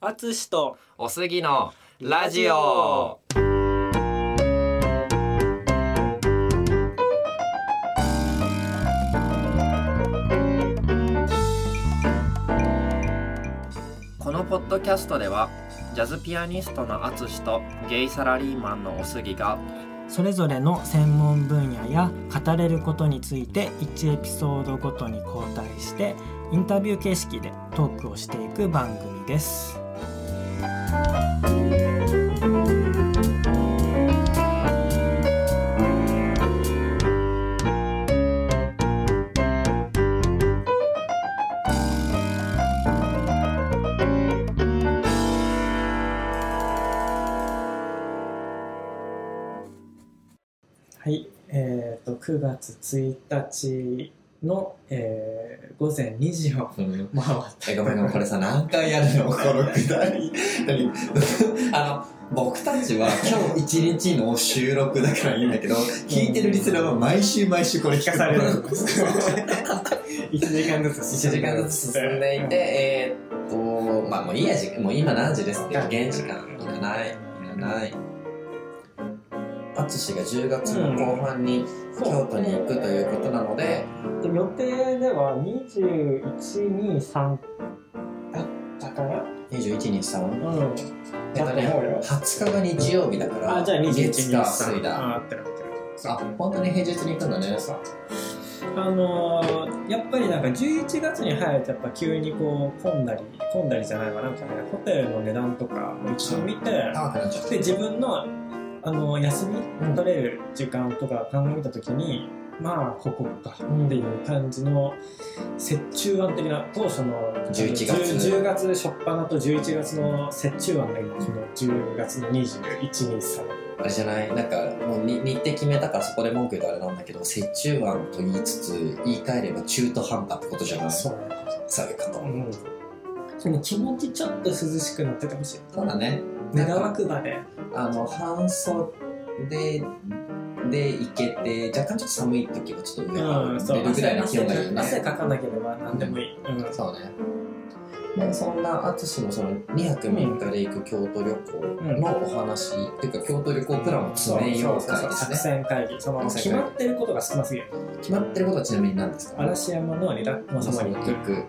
あつしとおすぎのラジオこのポッドキャストではジャズピアニストのアツシとゲイサラリーマンのおすぎがそれぞれの専門分野や語れることについて1エピソードごとに交代してインタビュー形式でトークをしていく番組です。はい、えっ、と9月1日の、えー午前2時を うん回った。えごめんごめんこれさ何回やるのこのくだり何あの僕たちは今日一日の収録だからいいんだけど聞いてるリスナーは毎週毎週これ聞聞かかさされれるる 1時間ずつ1時間ずつ進んでいて、えーっと、まあもういいや時間、もう今何時ですって、現時間、いらない、いらない。淳が10月の後半に京都に行くということなので、で予定では2123だったから21日さん。うんえっとね、20日が日曜日だから、あじゃあ月2123火水だ。あ合ってる合ってるあ、本当に平日に行くんだね。あのーやっぱりなんか11月に入るとやっぱ急にこう混んだり混んだりじゃないわなんかねホテルの値段とかも一応見て高くなっちゃっでて。自分のあの休みうん取れる時間とか考えた時にまあここかうんっていう感じの折衷案的な当初の11月 10, 10月初っ端と11月の折衷案が今この10月の2123あれじゃないなんか、もうに日程決めたからそこで文句言うとあれなんだけど、折衷案と言いつつ、言い換えれば中途半端ってことじゃないそうそういうこと。うんその気持ちちょっと涼しくなっててほしいそうだね。目玉くばであの、半袖で、で行けて、若干ちょっと寒い時はちょっと上うんそう出るぐらいの気温がいいよね。汗かかなければ何でもいい、うんそうね。で、そんな淳のその2泊3日で行く京都旅行のお話、っていうか京都旅行プランをそう詰めようそう会そうです作ね。戦会議その作決戦会議まってることが少なすぎる決まってることはちなみに何ですか嵐山のリラックマ様に行く行く。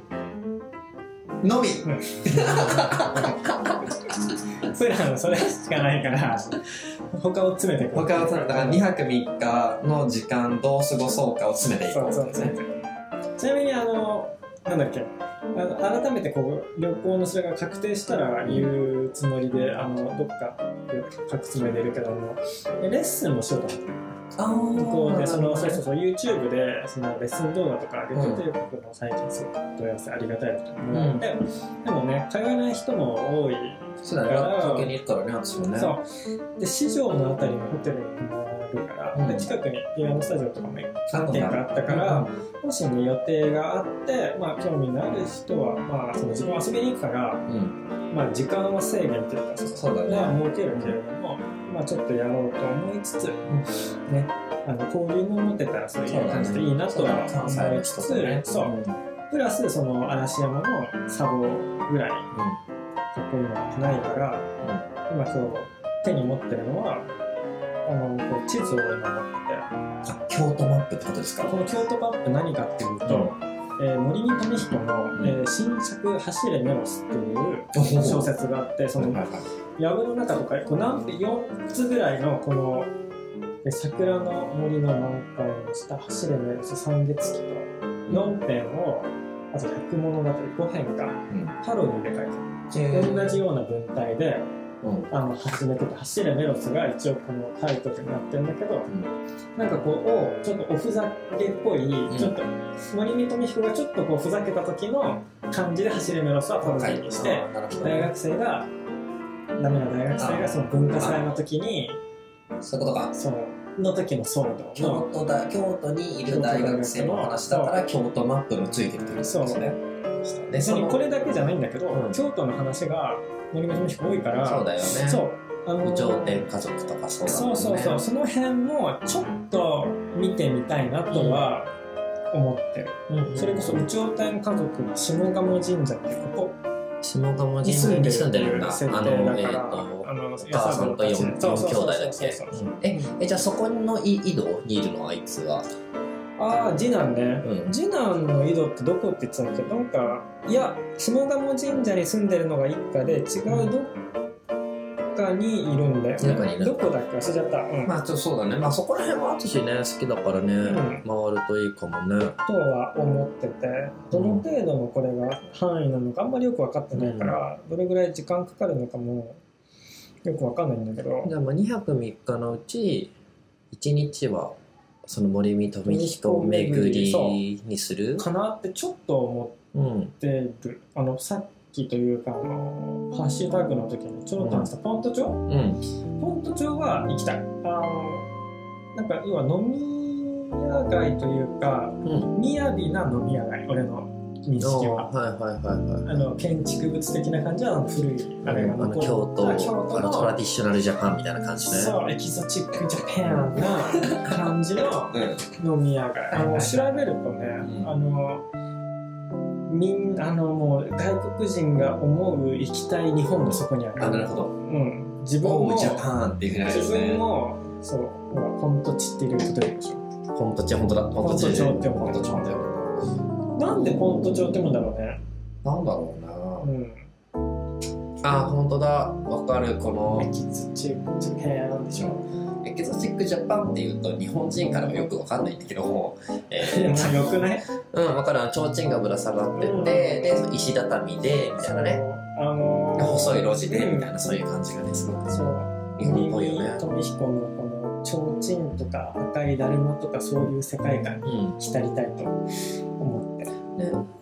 のみプランそれしかないから他を詰めていく他はそのだから2泊3日の時間どう過ごそうかを詰めていそこううそうです詰め。てねいくちなみにあのなんだっけあの改めてこう旅行のそれが確定したら言うつもりであのどっか書くつもりでいるけどもレッスンもしようと思ってああ、向こうでそのなそるうそほどうそう YouTube でそのレッスン動画とか上げてて僕も最近すごく問い合わせありがたいなと思って、でもね通えない人も多いそうだよ、東京にいるからね、私もね。そうで市場のあたりのホテルに泊まるから、うんで近くにピアノスタジオとかもそう何軒かあったから、もし、ね、予定があって、まあ、興味のある人は、まあ、その自分遊びに行くから、うん、まあ、時間は制限というかそうだねまあ設けるけれども、まあ、ちょっとやろうと思いつつ、ね、あの交流も持てたらそういう感じでいいなとは関西思のいつ人つ、とね。そううんプラスその嵐山の砂防ぐらいかっこいいのがないから、今今日手に持ってるのはあのこう地図を今持ってあ、京都マップってことですかてこの京都マップ何かっていうと、えー森見富彦の、うんえー新作「走れメロス」っていう小説があってそのはいはい藪の中とかこう何4つぐらいのこのえー桜の森の満開の下走れメロス三月期と4編をあと百物語5編かパロディで書いてある同じような文体でうんあの始めてた「走れメロス」が一応このタイトルになってるんだけど、んなんかこうちょっとおふざけっぽい、んちょっと森見富彦がちょっとこうふざけた時の感じで「走れメロス」はパロディにして、あなるほど大学生がダメな大学生がその文化祭の時にそういうことか。そのの時の騒動の京都だ京都にいる大学生の話だから京都マップもついてるってことですね。で別そにのこれだけじゃないんだけど、うん京都の話が森見富彦多いからそうだよね。そうあの有頂天家族とかそうだもんそうそね。うそう、その辺もちょっと見てみたいなとは思ってる、うんうんそれこそ有頂天家族の下鴨神社ってここ下鴨神社に住んでるんだ。設定あだの、えっ、から、と、の、お母さんと四四兄弟だそうっけそうそうそうえ、え、じゃあそこの井井戸にいるのあいつは。ああ、次男ね。うん次男の井戸ってどこって言ってたんだっけなんか、いや、下鴨神社に住んでるのが一家で、違うどっかにいるんだよどっかにね。いるどこだっけ忘れちゃった。うん。まあちょそうだね。まあそこら辺は私ね、好きだからんね、回るといいかもね。とは思っててどの程度のこれが範囲なのかあんまりよく分かってないから、どれぐらい時間かかるのかもよく分かんないんだけどじゃあまあ2泊3日のうち、1日はその森見富彦を巡りにする。かなってちょっと思うん。ってるあのさっきというかあのハッシュタグの時にちょろっと話したポント町うん。ポント町は行きたいあのなんか要は飲み屋街というかうん。雅な飲み屋街俺の認あー識は。はいはいはいはい。あの建築物的な感じはあの古いああれがのあ残のっ京都、あ京あの都トのラディショナルジャパンみたいな感じね。そう、エキゾチックジャパンな感じの飲み屋街。あの調べるとね、うんあの、みんあのもう外国人が思う行きたい日本のそこにある。あなるほどうん、自分オもージャパンっていうふうになる自よ分ねもそう、ほらポントチって入れると出るでしょ。ポントチ本当だ。ポントチ。ポントチポントチ本当だ。なんでポント町ってもんだろうね。なんだろううん。な。あ、本当だ。わかる。このエキゾチックジャパンでしょ。エキゾチックジャパンっていうと日本人からもよくわかんないんだけど、えでもー、よくない？うんわかるあの提灯がぶら下がっててでその石畳でみたいなねあのー細い路地でみたいなそういう感じがねすごくそう。日本っぽいよね富彦のこの提灯とか赤いだるまとかそういう世界観にうん浸りたいと思って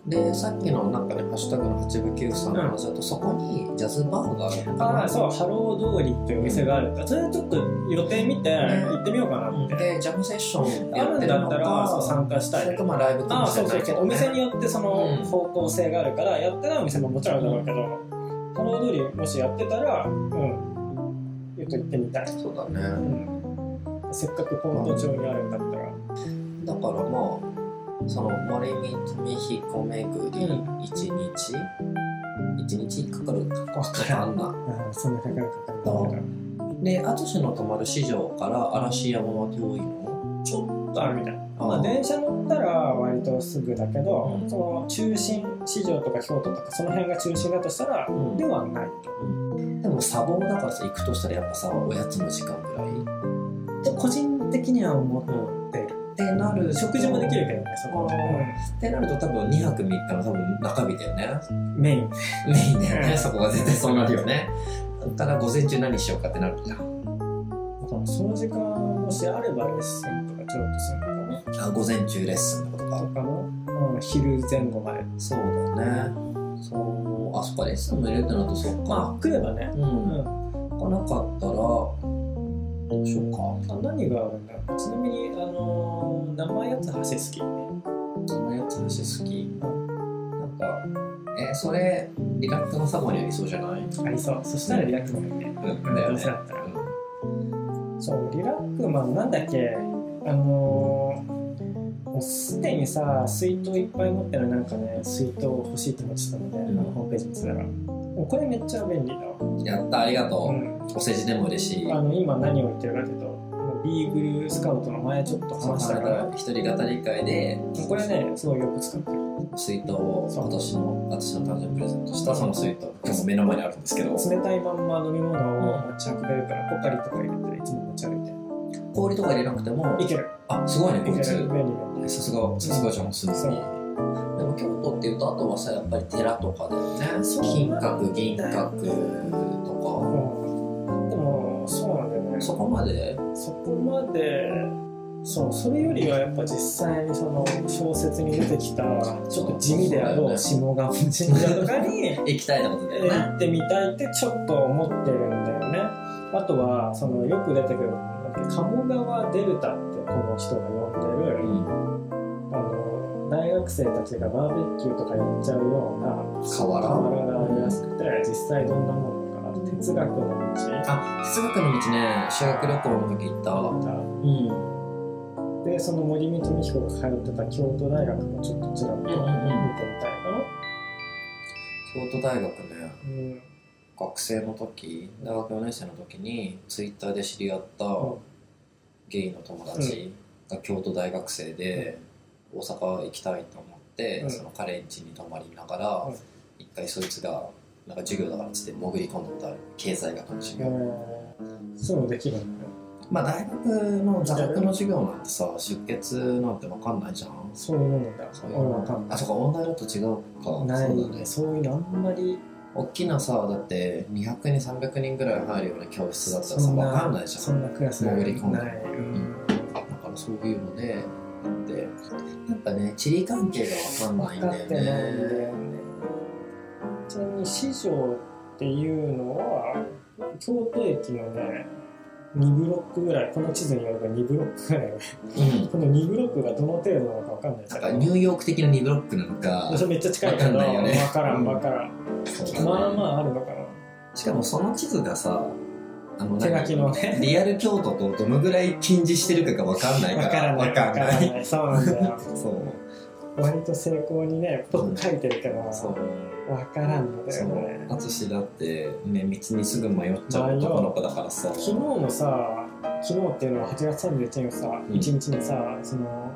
ででさっきのなんかねハッシュタグの8分9さんの話だと、そこにジャズバーがあるのかあなあそうハロー通りっていうお店があるからそれはちょっと予定見て行ってみようかなって、でジャムセッションあやっるてんるだのったらそうか参加したそれいとまあライブかあもあしそれうなそいうけそうど、おね、店によってそのうん方向性があるからやってないお店ももちろんあるだろうけど、ハロー通りもしやってたらうんちょっと行ってみたい、そうだねうんせっかく本土町にあるんだったらだからまあその森見富彦巡りうん一日一日かかるかわかんなああそんなかかるかかるかかるで淳の泊まる市場から嵐山は遠いのちょっとあるみたいあまあ、電車乗ったら割とすぐだけど、うんその中心市場とか京都とかその辺が中心だとしたら、うんではないとでも砂防だからさ行くとしたらやっぱさおやつの時間ぐらい、うで個人的には思ってん、ってなる食事もできるけどねそこ、ってなると多分2泊3日の多分中日だよねうんメインメインだよねそこが絶対そうなるよねだから午前中何しようかってなるじゃだんからその時間もしあればレッスンとかちょっとするのかなあ午前中レッスンとかとかの、うん、昼前後までそうだね。そう、あそこレッスンも入れるってなるとそっか。まあ来ればね、ううんん。あ来なかったら、どうしようか。何があるんだろうちなみに、あのー生八つ橋好そのやつ話好き。なんか、え、それ、リラックスのサボにありそうじゃないきありそうそしたらリラックマンねうん、だよねったそうリラックマンなんだっけあのーもうすでにさ水筒いっぱい持ってるなんかね水筒欲しいって思ってたので、んあのホームページ見てたらもうこれめっちゃ便利だわ、やった、ありがうとんう。お世辞でも嬉しい。あの今何を言ってるかというとあのビーグルスカウトの前ちょっとそう話しだたかからら、一人語り会で、これねすごいよく使ってる水筒を今年の、私の誕生日プレゼントしたその水筒、今日も目の前にあるんですけど、冷たいまんま飲み物を持ち運べるからポカリとか入れていつも持ち歩いて氷とか入れなくても、いけるあ、すごいね、いこけいつる。便利よさすが、さすがじゃん、すそうに。でも京都っていうと、あとはさ、やっぱり寺とかだよね。そう金閣、銀閣うとんでもそうなんだよねか、そこまで、そこまでそうそれよりはやっぱ実際にその小説に出てきたちょっと地味であろう下鴨神社とか に行きたいってことだえよーね。行ってみたいってちょっと思ってるんだよねあとはそのよく出てくるなんだっけ鴨川デルタってこの人が呼んでうるん。あの大学生たちがバーベキューとかやっちゃうような河原。瓦があるらしくて実際どんなものかあと哲学の道あ、哲学の道ね、修学旅行の時行った。とかうん。でその森見富彦が通ってた京都大学もちょっとちらっと見てみたいかな、京京都大学ねうん学生の時大学4年生の時にツイッターで知り合ったうんゲイの友達が京都大学生で大阪行きたいと思って、うんその彼ん家に泊まりながら、うん一回そいつがなんか授業だからっつって潜り込んだ経済学の授業、えーそういうのできるんだよまあ大学の座学の授業なんてさ出血なんて分かんないじゃんそういうもんなんだそういう俺わかんあないそうか音大だと違うかなそうだねいそういうのあんまり大きなさだって200人300人ぐらい入るような教室だったらさそん分なかんないじゃそんなクラス潜り込んだないうんだからそういうのであってなんかね地理関係が分かん分かないっんてだないんよだねよねちなみに四条っていうのは京都駅のね2ブロックぐらいこの地図によると2ブロックぐらいうんこの2ブロックがどの程度なのかわかんないなんかニューヨーク的な2ブロックなのかそれめっちゃ近いけどわかんないよねわからうんんわからんそうだねまあまああるのかなしかもその地図がさあの手書きのねリアル京都とどのぐらい近似してるかが分かんないわかかららんない分かんわなからいないそうなんだよそう割と成功にねポッと書いてるけどそうわからんのだそようね淳だってね道にすぐ迷っちゃう男の子だからさ昨日もさ昨日っていうのは8月31日のさ、ん一日にさその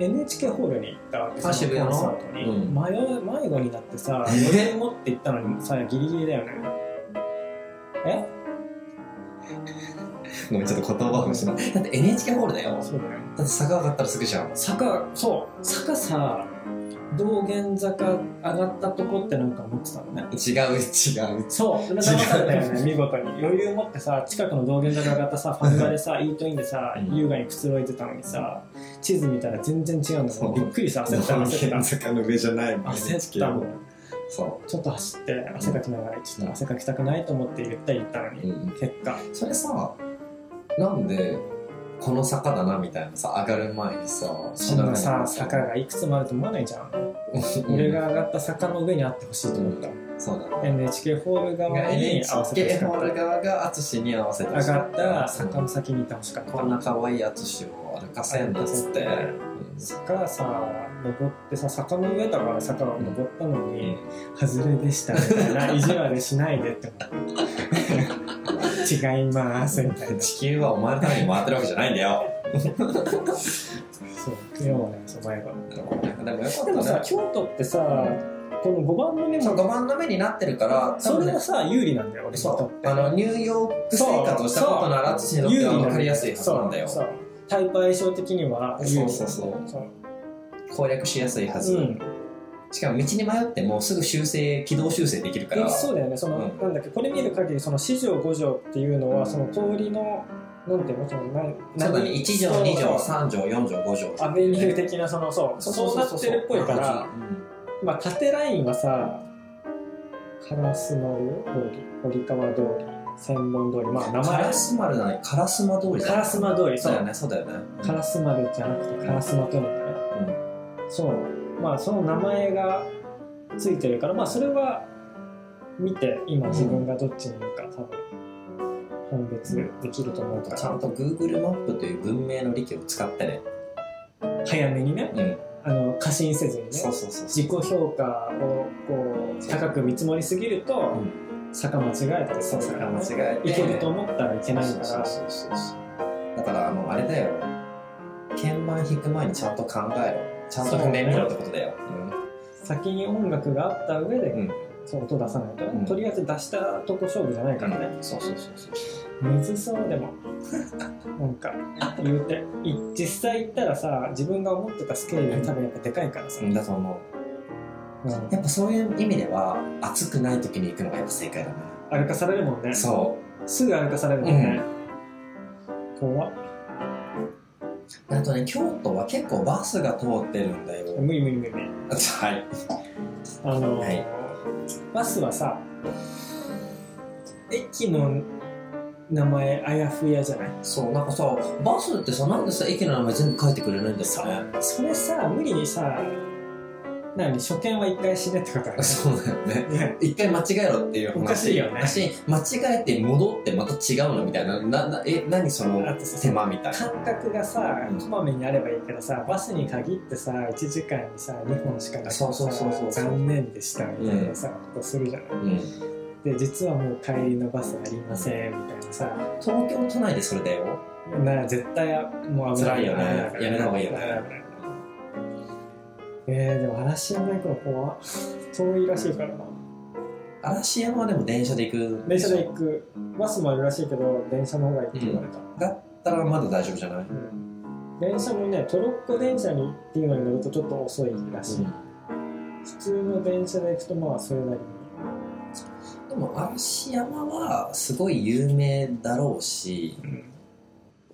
NHK ホールに行ったわけあ渋谷のコンサートに、うん迷う迷子になって さえ予定持って行ったのにさギリギリだよねえごめんちょっと言葉を失うだって NHK ホールだよだそうだよって坂上がったらすぐじゃん坂そう坂さ道玄坂上がったとこってなんか思ってたのね違う違うそう騙されたよね見事に余裕持ってさ近くの道玄坂上がったさファンガでさイートインでさうん優雅にくつろいでたのにさ地図見たら全然違うんだそもうんびっくりした焦った焦った坂の上じゃないもん焦ったもんそちょっと走って汗かきながらちょっと汗かきたくないと思って言ったり言ったのう、うにん、結果それさなんでこの坂だなみたいなさ上がる前にさそんなさ知ら坂ないがいくつもあると思わないじゃんうん俺が上がった坂の上にあってほしいと思ったそうだね NHK ホール側に合わせてほし NHK かホっール側が淳に合わせてた上がったらそう坂の先にいてほしかったこんな可愛い淳を歩かせんなっつって、うん坂さ登ってさ坂の上だから坂を登ったのに「外れでした」みたいな「意地悪しないで」って思う 違います」みたいな地球はお前のために回ってるわけじゃないんだよ。そう昨日はねその前がでもよかでもっさたね。京都ってさこの5番のメそうモ5番の目になってるから、それ多分がねさ有利なんだよ俺にそとっうてあのニューヨーク生活をしたことなら淳にとっ有利てなはん分かりやすいはずなんだよ。そそうそうタイプ相性的には有利うそうそう。そう攻略しやすいはず。うんしかも道に迷ってもすぐ修正軌道修正できるから。えそうだよねその、うんなんだっけこれ見る限りその四条五条っていうのはその通りのなんていうのその何そうだ何ね。1そ条う2条3条4条5条。アベニュー的なそのそうそうなってるっぽいから。まあ縦ラインはさ烏丸通り堀川通り千本通りまあ名カ前ラスマルなのにカラスマ通りだよ烏丸通りそそううだよね、そうだよね。烏丸じゃなくて烏丸というのかなそうまあその名前がついてるからまあそれは見て今自分がどっちにいるか多分判別できると思うかちゃんらと Google マップという文明の利器を使ってね。早めにねうん。あの過信せずにねそうそうそう。自己評価をこう高く見積もりすぎるとう坂間違えたりすそうるそうからね間違えていけると思ったらいけないかそうらそうそうそうだからあのあれだよ鍵盤弾く前にちゃんと考えろちゃんと譜面見ろってことだよ先に音楽があった上でうんそう音出さないとうんねとりあえず出したとこ勝負じゃないからねうんそうそうそうそうむずそうでも なんか言うてい実際行ったらさ自分が思ってたスケールより多分やっぱでかいからさ、うんだと思うんうやっぱそういう意味では暑くない時に行くのがやっぱ正解だね歩かされるもんねそすぐ歩かされるもんね、怖っうあとね京都は結構バスが通ってるんだよ無理無理無理無理はいあのーはいバスはさ駅の名前あやふやじゃないそうなんかさバスってさなんでさ駅の名前全部書いてくれないんだろうねそれさ無理にさなのに初見は一回死ねってことはね そうだよね。ね一回間違えろっていう話。おかしいよねだし間違えて戻ってまた違うのみたいな。な、な、え、何そのあとさ手間みたいな。感覚がさうんこまめにあればいいけどさバスに限ってさ1時間にさ2本しかなくてさそうそうそうそう残念でしたみたいなさことするじゃないうん。で実はもう帰りのバスありませんみたいなさ東京都内でそれだよ。なら絶対もう危ない辛いよねやめた方がいいよね危な危ないえー、でも嵐山行くの怖っ遠いらしいからな嵐山はでも電車で行く。電車で行くバスもあるらしいけど電車の方がいいって言われた、だったらまだ大丈夫じゃないうん電車もねトロッコ電車にっていうのに乗るとちょっと遅いらしい、普通の電車で行くとまあそれなりにでも嵐山はすごい有名だろうし、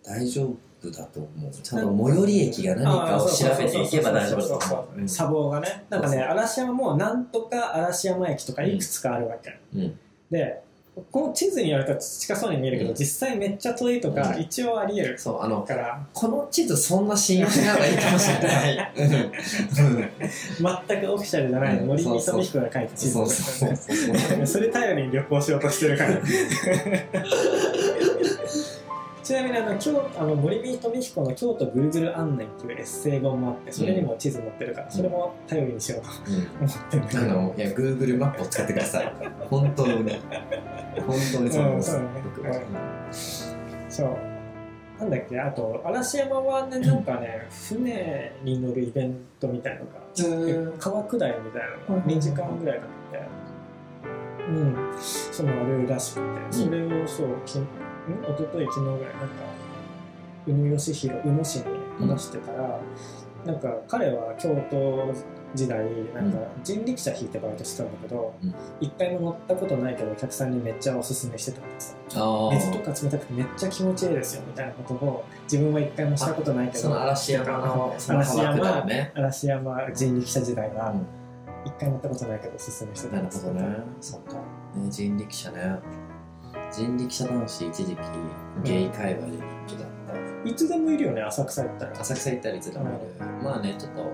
大丈夫だと思う。ちゃんと最寄り駅が何かを調べていけば大丈夫だと思う。うん砂防がねなんかね嵐山もなんとか嵐山駅とかいくつかあるわけ、うんでこの地図にやると近そうに見えるけど、うん実際めっちゃ遠いとか、うん一応ありえるそう、あの、からこの地図そんな信用しない方がいいかもしれ ない。うんうん全くオフィシャルじゃないの、うん森そう磯そう美彦が書いた地図そうですそようねそう。 それ頼りに旅行しようとしてるから ちなみにあの京あの森見富彦の「京都ぐるぐる案内」っていうエッセイ本もあってそれにも地図載ってるから、んそれも頼りにしようとう思んってるんだけあど、の、いや、Google マップを使ってください。本当に。本当にそう思います。うんそうだねそうなんだっけあと嵐山はねなんかね、船に乗るイベントみたいのがうん川下りみたいなのがうん2時間ぐらいかけて、うん、そのあるらしくて、それをそう、きん一昨日昨日ぐらい、なんか、宇野義弘、宇野氏に話してたら、なんか彼は京都時代、なんか人力車引いてバイトしてたんだけどうん、一、回も乗ったことないけど、お客さんにめっちゃおすすめしてたんですよ。あ水とあ。か冷たくてめっちゃ気持ちいいですよみたいなことを、自分は一回もしたことないけそどの、嵐山の、その嵐川下山りね。嵐山人力車時代はうん一回乗ったことないけどおすすめしてたなんるでほすどよね。そっか。ね、人力車ね。人力車男子一時期、ゲイ界隈で人気だった。いつでもいるよね浅草行ったら浅草行ったりずらもいる、まあねちょっと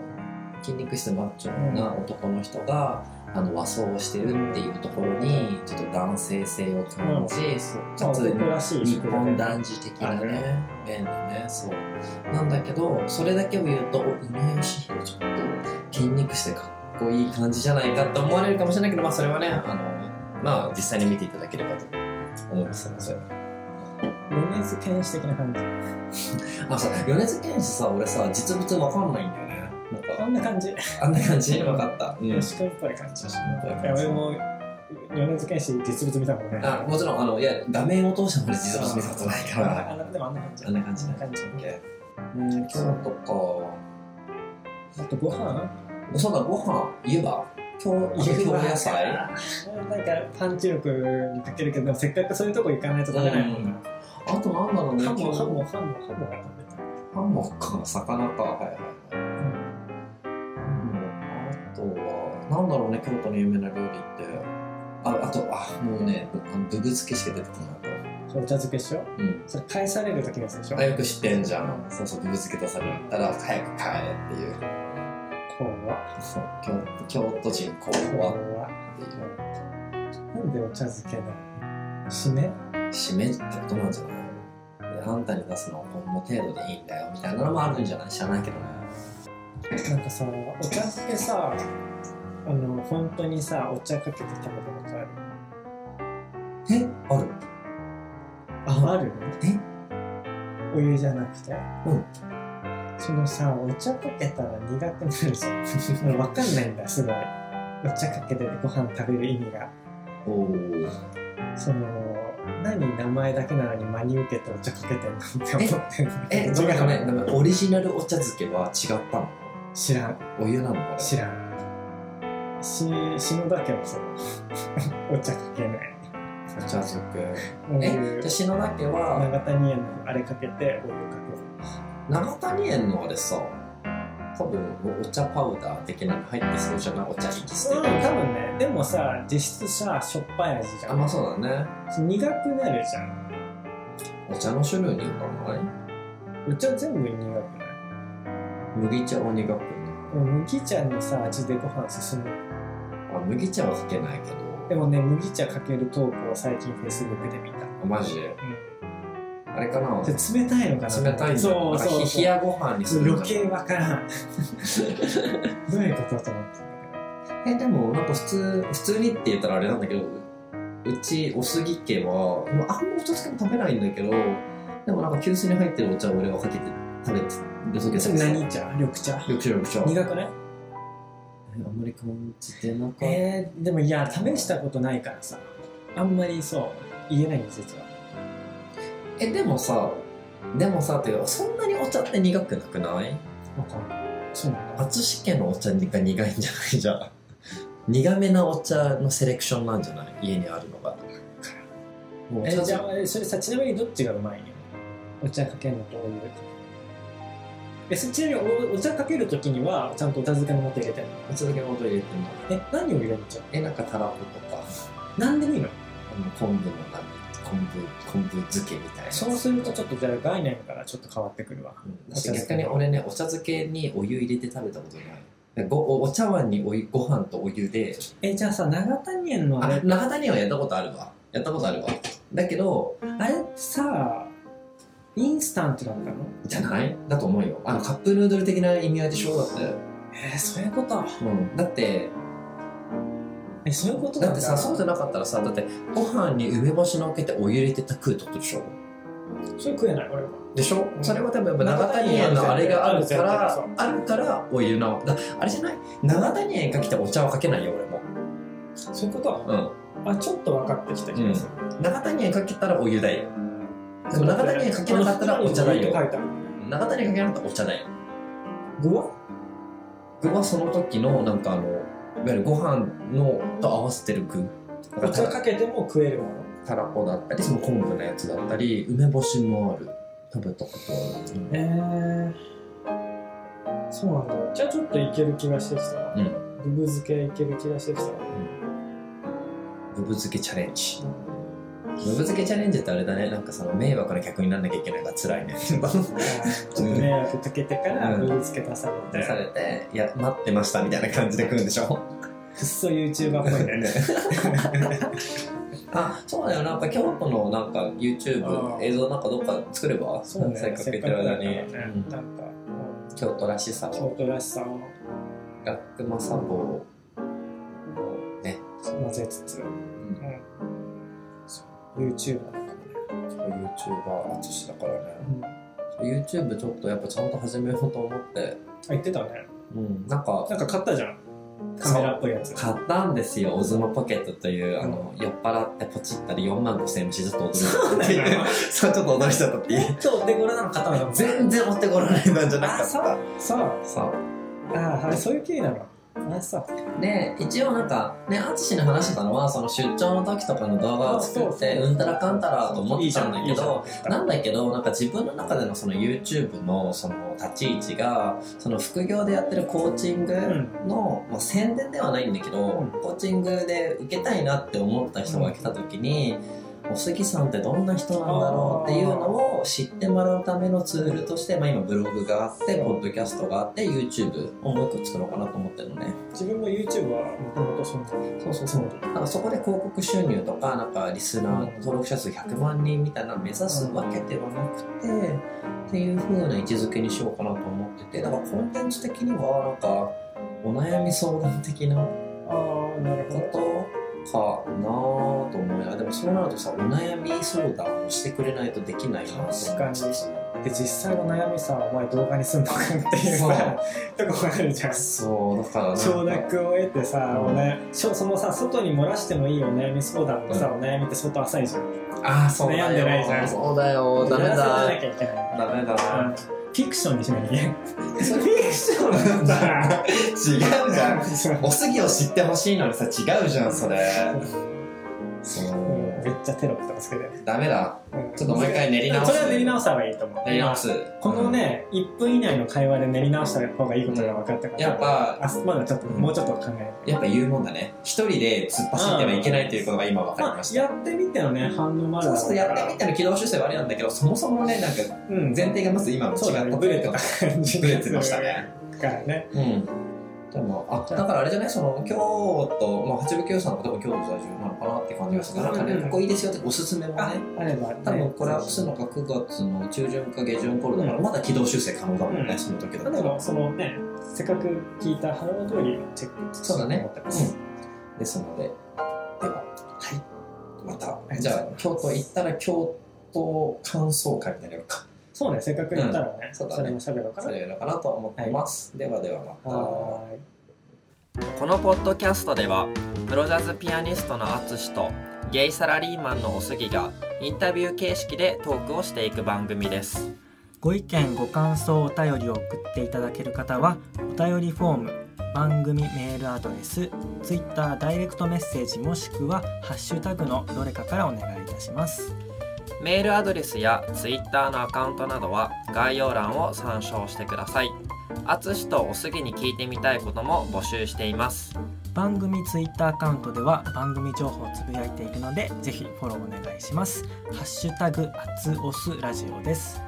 筋肉質マッチョな男の人が、あの和装をしてるっていうところにちょっと男性性を感じ、そうまあかつ男らしい日宿本題で男児的なね面でねそうなんだけどそれだけを言うと「お井上義弘ちょっと筋肉質でかっこいい感じじゃないか」って思われるかもしれないけどまあそれはねあのまあ実際に見ていただければと思いますねそれは米津玄師的な感じあそう米津玄師さ俺さ実物わかんないんだよねなんかこんな感じあんな感じ分かった。う吉君っぽい感じ吉君っぽい感じや俺も米津玄師実物見たもんねあもちろん、あの、いや、画面を通しても俺実物見たことないから。あなでもあんな感じあんな感じね。あんな感じうん、京都か。あとご飯そうだ、ご飯、湯葉。京いや京野菜。なんかパンチ力にかけるけどでもせっかくそういうとこ行かないと食べないもんなあとなんだろうね。ハモハモモ。ハモハモが食べたハモか、魚か。はいはいはい。あとは、なんだろうね、京都の有名な料理って。あ、あと、あ、もうね、あのぶぶ漬けしか出てこないわ。それお茶漬けっしょうん。それ返される時のやつでしょあよく知ってんじゃん。そうそう、ぶぶつけ出されたら、早く帰れっていう。 こうはそう、京京都人こうこはうはっていう。なんでお茶漬けだ締め締めってことなんじゃないであんたに出すのはこの程度でいいんだよ、みたいなのもあるんじゃない知らないけどね。なんかさお茶漬けさあの本当にさお茶かけて食べたことあるえあるああるえお湯じゃなくてうんそのさお茶かけたら苦くなるじゃんわかんないんだすごいお茶かけてご飯食べる意味がおーその何名前だけなのに真に受けてお茶かけてんのって思ってんだけえ、どごめんごめんごめん。オリジナルお茶漬けは違ったの知らんお湯なのこれ。知らんし篠田家はそう お茶かけないお茶漬け。おえ、じ湯ゃあ篠田家は、長谷園のあれかけてお湯か長谷園のあれさ、多分お茶パウダー的なの入ってそうじゃないお茶エキスける的うんな多分ねでもさ実質さしょっぱい味じゃあ、まあんそうだね。苦くなるじゃんお茶の種類によらないお茶全部苦くない麦茶を苦くなでも麦茶にさ味でご飯進むあ麦茶はかけないけでどもね麦茶かける投稿を最近 Facebook で見た、あマジでう、あれかなんで冷たいのかな冷たいんだそうそうあひそう冷やご飯にするん余だ計わからんどういうことだと思ってえでもなんか普通普通にって言ったらあれなんだけどうちお杉家はまああんまお茶漬けも食べないんだけどでもなんか急須に入ってるお茶を俺がかけて食べてる時はそれ何茶緑茶緑茶緑茶苦くないえあんまり感じてなかった、えー、でもいや試したことないからさあんまりそう言えないんです実はえでもさでもさっていうかそんなにお茶って苦くなくないわかんないそうなんだ淳家のお茶が苦いんじゃないじゃん苦めなお茶のセレクションなんじゃない家にあるのがもうおえ茶じじゃゃあえそれさちなみにどっちがうまいのお茶かけるのとお湯かけるえそちなみにおお茶かけるときにはちゃんとお茶漬けの素入れてるのお茶だけの音入れてんのえ何を入れるのじゃえなんかたらことか何でもいいのあの昆布のなん昆布昆布漬けみたいなそうするとちょっとじゃあ概念からちょっと変わってくるわうん私逆に俺ねお茶漬けにお湯入れて食べたことないごおお茶碗にお湯ご飯とお湯でえじゃあさ長谷園のああれ中谷はやったことあるわやったことあるわだけどあれさインスタントだったのじゃないだと思うよあのカップヌードル的な意味合いでしょだって、えー、そういうことうん、だってえそういうことなだんってさそうじゃなかったらさだってご飯に梅干しのっけてお湯入れてた食うってことでしょそれ食えない俺はでしょうんそれは多分長谷園のあれがあるからあるからお湯なのだあれじゃない長谷園が来てお茶はかけないよ俺もそういうこと、うんあちょっと分かってきた気がする、長谷園かけたらお湯だよでも長谷園かけなかったらお茶だって書いよてある長谷園かけなかったらお茶だよ具は具はその時のなんかあのいわゆるご飯のと合わせてる具だからおた茶らかけても食えるものたらこだったりその昆布のやつだったり梅干しもある食べたことある、えー、そうなんだじゃあちょっといける気がしてきたわうんぶぶ漬けいける気がしてきたわブブ漬けチャレンジブブ漬けチャレンジってあれだねなんかその迷惑な客にならなきゃいけないから辛いねあー ちょっと迷惑かけてからうぶんぶ漬け出され出て、されて「いや待ってました」みたいな感じで来るんでしょくっそ YouTuber っぽいね あそうだよなんか京都のなんか YouTube あー映像なんかどっか作ればそうねせっかく言ってる間に、せっかくだからねうなんんかうん京都らしさを京都らしさをラックマサボをね混ぜつつ、うんそう YouTuber だからね、 YouTuber 淳だからねうん、あ YouTube ちょっとやっぱちゃんと始めようと思って、言ってたねうん、なんかなんか買ったじゃんカメラっぽいやつ買ったんですよオズマポケットというあの、酔っ払ってポチったり4万5000円もしてちょっと驚いちゃったっていう そうちょっと驚いちゃったっていうちょっとお手頃なの買ったのかも全然持ってこられたんじゃなかあっそうたそうそうああれそういう経緯なのあそうで一応なんかね淳に話してたのはその出張の時とかの動画を作ってうんたらかんたらと思ってたんだけどなんだけどなんか自分の中でのその YouTube のその立ち位置がその副業でやってるコーチングの、まあ、宣伝ではないんだけど、うんコーチングで受けたいなって思った人が来た時に。お杉さんってどんな人なんだろうっていうのを知ってもらうためのツールとして、まあ、今ブログがあってポッドキャストがあって YouTube をもう一個作ろうかなと思ってるのね自分も YouTube はもともとそんなそうそうそうなんかそこで広告収入とかなんかリスナー登録者数100万人みたいなの目指すわけではなくて、っていう風な位置づけにしようかなと思っててだからコンテンツ的にはなんかお悩み相談的なこああなるほどとかなぁと思いなでもそうなるとさお悩み相談をしてくれないとできないなと思確かにで実際の悩みさお前動画にすんのかっていうそうさとこわかるじゃんそうだからなんか承諾を得てさ、うんお悩みしょそのさ外に漏らしてもいいお悩み相談のさ、お悩みって相当浅いじゃんああそうだよ悩んでないじゃんそうだよダメやらせだてなきゃいけないダメだうんなフィクションにしなきゃいけないそれフィクションなんだ違うじゃ んおすぎを知ってほしいのにさ違うじゃんそれそうめっちゃテロップとかつけてね、ダメだうんちょっともう一回練り直すそれは練り直した方がいいと思うやり直すこのね、1分以内の会話で練り直した方がいいことが分かったから、やっぱあまだちょっと、うんもうちょっと考えるやっぱ言うもんだね一人で突っ走ってはいけないということが今分かりまましあ、たやってみてのね反応もあるそうだろするうとからやってみたら軌道修正はありなんだけどそもそもねなんかうん前提がまず今のそうだ違ねったブレてた感じブレてましたねからね。うん。でも、あ、だからあれじゃないその、京都、まあ、八部京さんの方も京都在住なのかなって感じがするから、なんかね、ここいいですよっておすすめもあね。、あれば、ね。多分これアップするのが9月の中旬か下旬頃だから、まだ軌道修正可能だもんね、うんその時だまあでも、そのね、せっかく聞いた花の通り、チェックしそうだね思ってます。うん。ですので、では、はい。また、いじゃあ、京都行ったら京都感想会みたいなのやろうか。そうね、せっかく行ったらね、んそそうだれねも喋ろうかそな。れやろうかなと思ってます。ではではまた。はーい。このポッドキャストではプロジャズピアニストのアツシとゲイサラリーマンのおすぎがインタビュー形式でトークをしていく番組ですご意見ご感想お便りを送っていただける方はお便りフォーム番組メールアドレス Twitter ダイレクトメッセージもしくは「ハッシュタグのどれか」からお願いいたしますメールアドレスやツイッターのアカウントなどは概要欄を参照してくださいアツシとおすぎに聞いてみたいことも募集しています番組 Twitter アカウントでは番組情報をつぶやいていくのでぜひフォローお願いします「ハッシュタグあつおすラジオ」です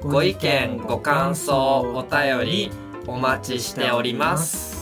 ご意見ご感想お便りお待ちしております